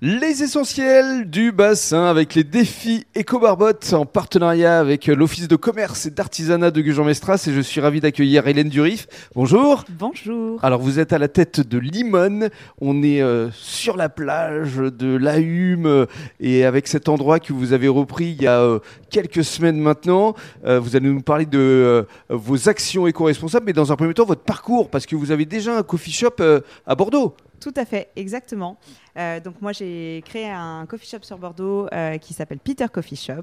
Les essentiels du bassin avec les défis éco-barbottes en partenariat avec l'Office de commerce et d'artisanat de Gujan-Mestras et je suis ravi d'accueillir Hélène Durif. Bonjour. Bonjour. Alors vous êtes à la tête de Limone, on est euh, sur la plage de la Hume euh, et avec cet endroit que vous avez repris il y a euh, quelques semaines maintenant, euh, vous allez nous parler de euh, vos actions éco-responsables mais dans un premier temps votre parcours parce que vous avez déjà un coffee shop euh, à Bordeaux. Tout à fait, exactement. Euh, donc moi j'ai créé un coffee shop sur Bordeaux euh, qui s'appelle Peter Coffee Shop,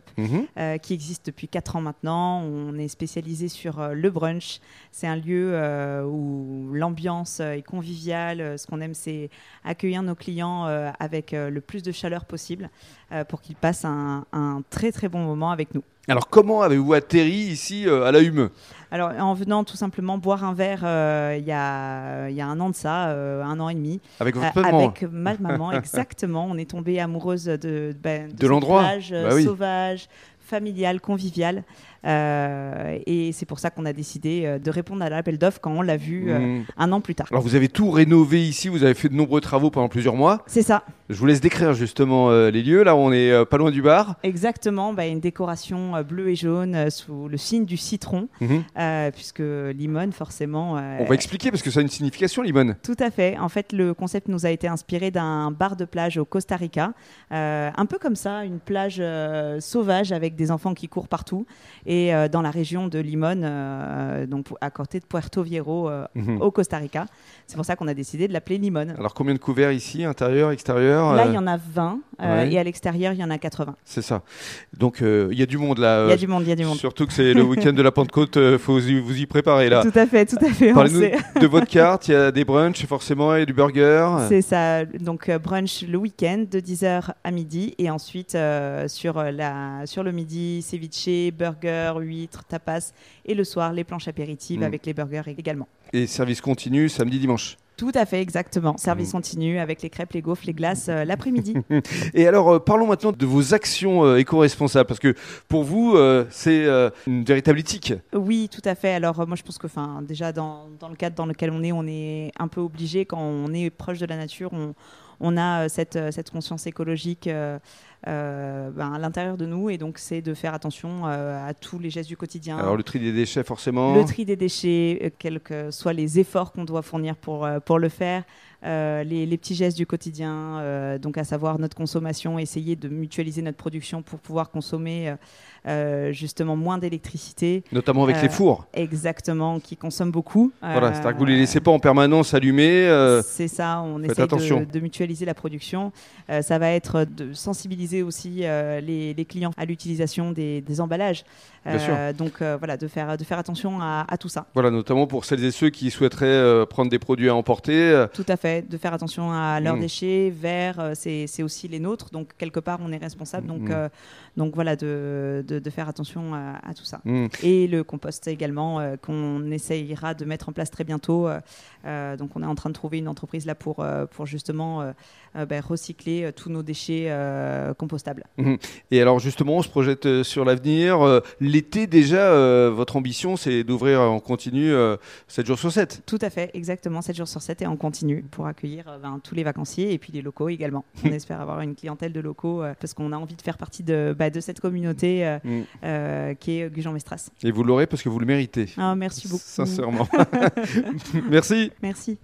euh, qui existe depuis 4 ans maintenant. On est spécialisé sur euh, le brunch. C'est un lieu euh, où l'ambiance euh, est conviviale. Euh, Ce qu'on aime c'est accueillir nos clients euh, avec euh, le plus de chaleur possible euh, pour qu'ils passent un, un très très bon moment avec nous. Alors comment avez-vous atterri ici euh, à la Hume Alors, en venant tout simplement boire un verre euh, il y, a, il y a un an de ça, euh, un an et demi, Avec votre euh, maman. avec ma maman, exactement. On est tombé amoureuse de, ben, De cette l'endroit. plage, euh, Bah oui. sauvage, familiale, conviviale. Euh, et c'est pour ça qu'on a décidé euh, de répondre à l'appel d'offres quand on l'a vu euh, Mm. un an plus tard. Alors vous avez tout rénové ici, vous avez fait de nombreux travaux pendant plusieurs mois. C'est ça, Je vous laisse décrire justement euh, les lieux. Là on est euh, pas loin du bar. exactement. bah, une décoration euh, bleue et jaune euh, sous le signe du citron, euh, puisque limone, forcément. euh, On va expliquer parce que ça a une signification, Limone. Tout à fait. En fait, le concept nous a été inspiré d'un bar de plage au Costa Rica. Euh, un peu comme ça, une plage euh, sauvage avec des enfants qui courent partout. Et euh, dans la région de Limon, euh, donc à côté de Puerto Viejo, euh, Mhm. au Costa Rica. C'est pour ça qu'on a décidé de l'appeler Limon. Alors combien de couverts ici, intérieur, extérieur Là, euh, il y en a 20 euh, ouais. et à l'extérieur, il y en a 80. C'est ça. Donc euh, il y a du monde là. Il y a euh, du monde, il y a du monde. Surtout que c'est le week-end de la Pentecôte, euh, faut vous y- vous y préparer là. Tout à fait, tout à fait. on Parlez-nous sait. de votre carte, il y a des brunchs forcément et du burger. C'est ça, donc euh, brunch le week-end de 10h à midi et ensuite euh, sur, euh, la, sur le midi, ceviche, burger, huîtres, tapas et le soir les planches apéritives Mm. avec les burgers également. Et service continu samedi, dimanche. Tout à fait, exactement. Service Mm. continu avec les crêpes, les gaufres, les glaces euh, l'après-midi. Et alors, euh, parlons maintenant de vos actions euh, éco-responsables, parce que pour vous, euh, c'est euh, une véritable éthique. Oui, tout à fait. Alors euh, moi je pense que enfin, déjà dans, dans le cadre dans lequel on est, on est un peu obligé quand on est proche de la nature, on, on a euh, cette, euh, cette conscience écologique euh, euh, ben, à l'intérieur de nous et donc c'est de faire attention euh, à tous les gestes du quotidien. Alors, le tri des déchets, forcément. Ah. le tri des déchets, euh, quels que soient les efforts qu'on doit fournir pour, euh, pour le faire, euh, les, les petits gestes du quotidien, euh, donc à savoir notre consommation, essayer de mutualiser notre production pour pouvoir consommer euh, euh, justement moins d'électricité, Notamment avec Euh, les fours. exactement, qui consomme beaucoup. Voilà, Euh, c'est-à-dire que vous les laissez pas en permanence allumés. euh, c'est ça, on faites essaie attention. de, de mutualiser la production. Euh, ça va être de sensibiliser aussi euh, les, les clients à l'utilisation des, des emballages. Bien sûr. Donc euh, voilà, de faire, de faire attention à, à tout ça. Voilà, notamment pour celles et ceux qui souhaiteraient euh, prendre des produits à emporter. euh, Tout à fait, de faire attention à leurs Mm. déchets, verts, euh, c'est c'est aussi les nôtres. Donc quelque part, on est responsable. Donc, Mm. euh, donc voilà, de, de, de faire attention à, à tout ça. hmm. Et le compost également, euh, qu'on essayera de mettre en place très bientôt. euh, euh, donc, on est en train de trouver une entreprise là pour, euh, pour justement euh, euh, ben, recycler euh, tous nos déchets euh, compostables. Et alors, justement, on se projette euh, sur l'avenir. Euh, L'été, déjà, euh, votre ambition, c'est d'ouvrir en continu euh, 7 jours sur 7. Tout à fait, exactement, 7 jours sur 7 et on continue pour accueillir euh, ben, tous les vacanciers et puis les locaux également. On espère avoir une clientèle de locaux euh, parce qu'on a envie de faire partie de, bah, de cette communauté euh, Mm. euh, qui est Gujan-Mestras. Et vous l'aurez parce que vous le méritez. Ah, merci beaucoup. Sincèrement. Merci. Merci.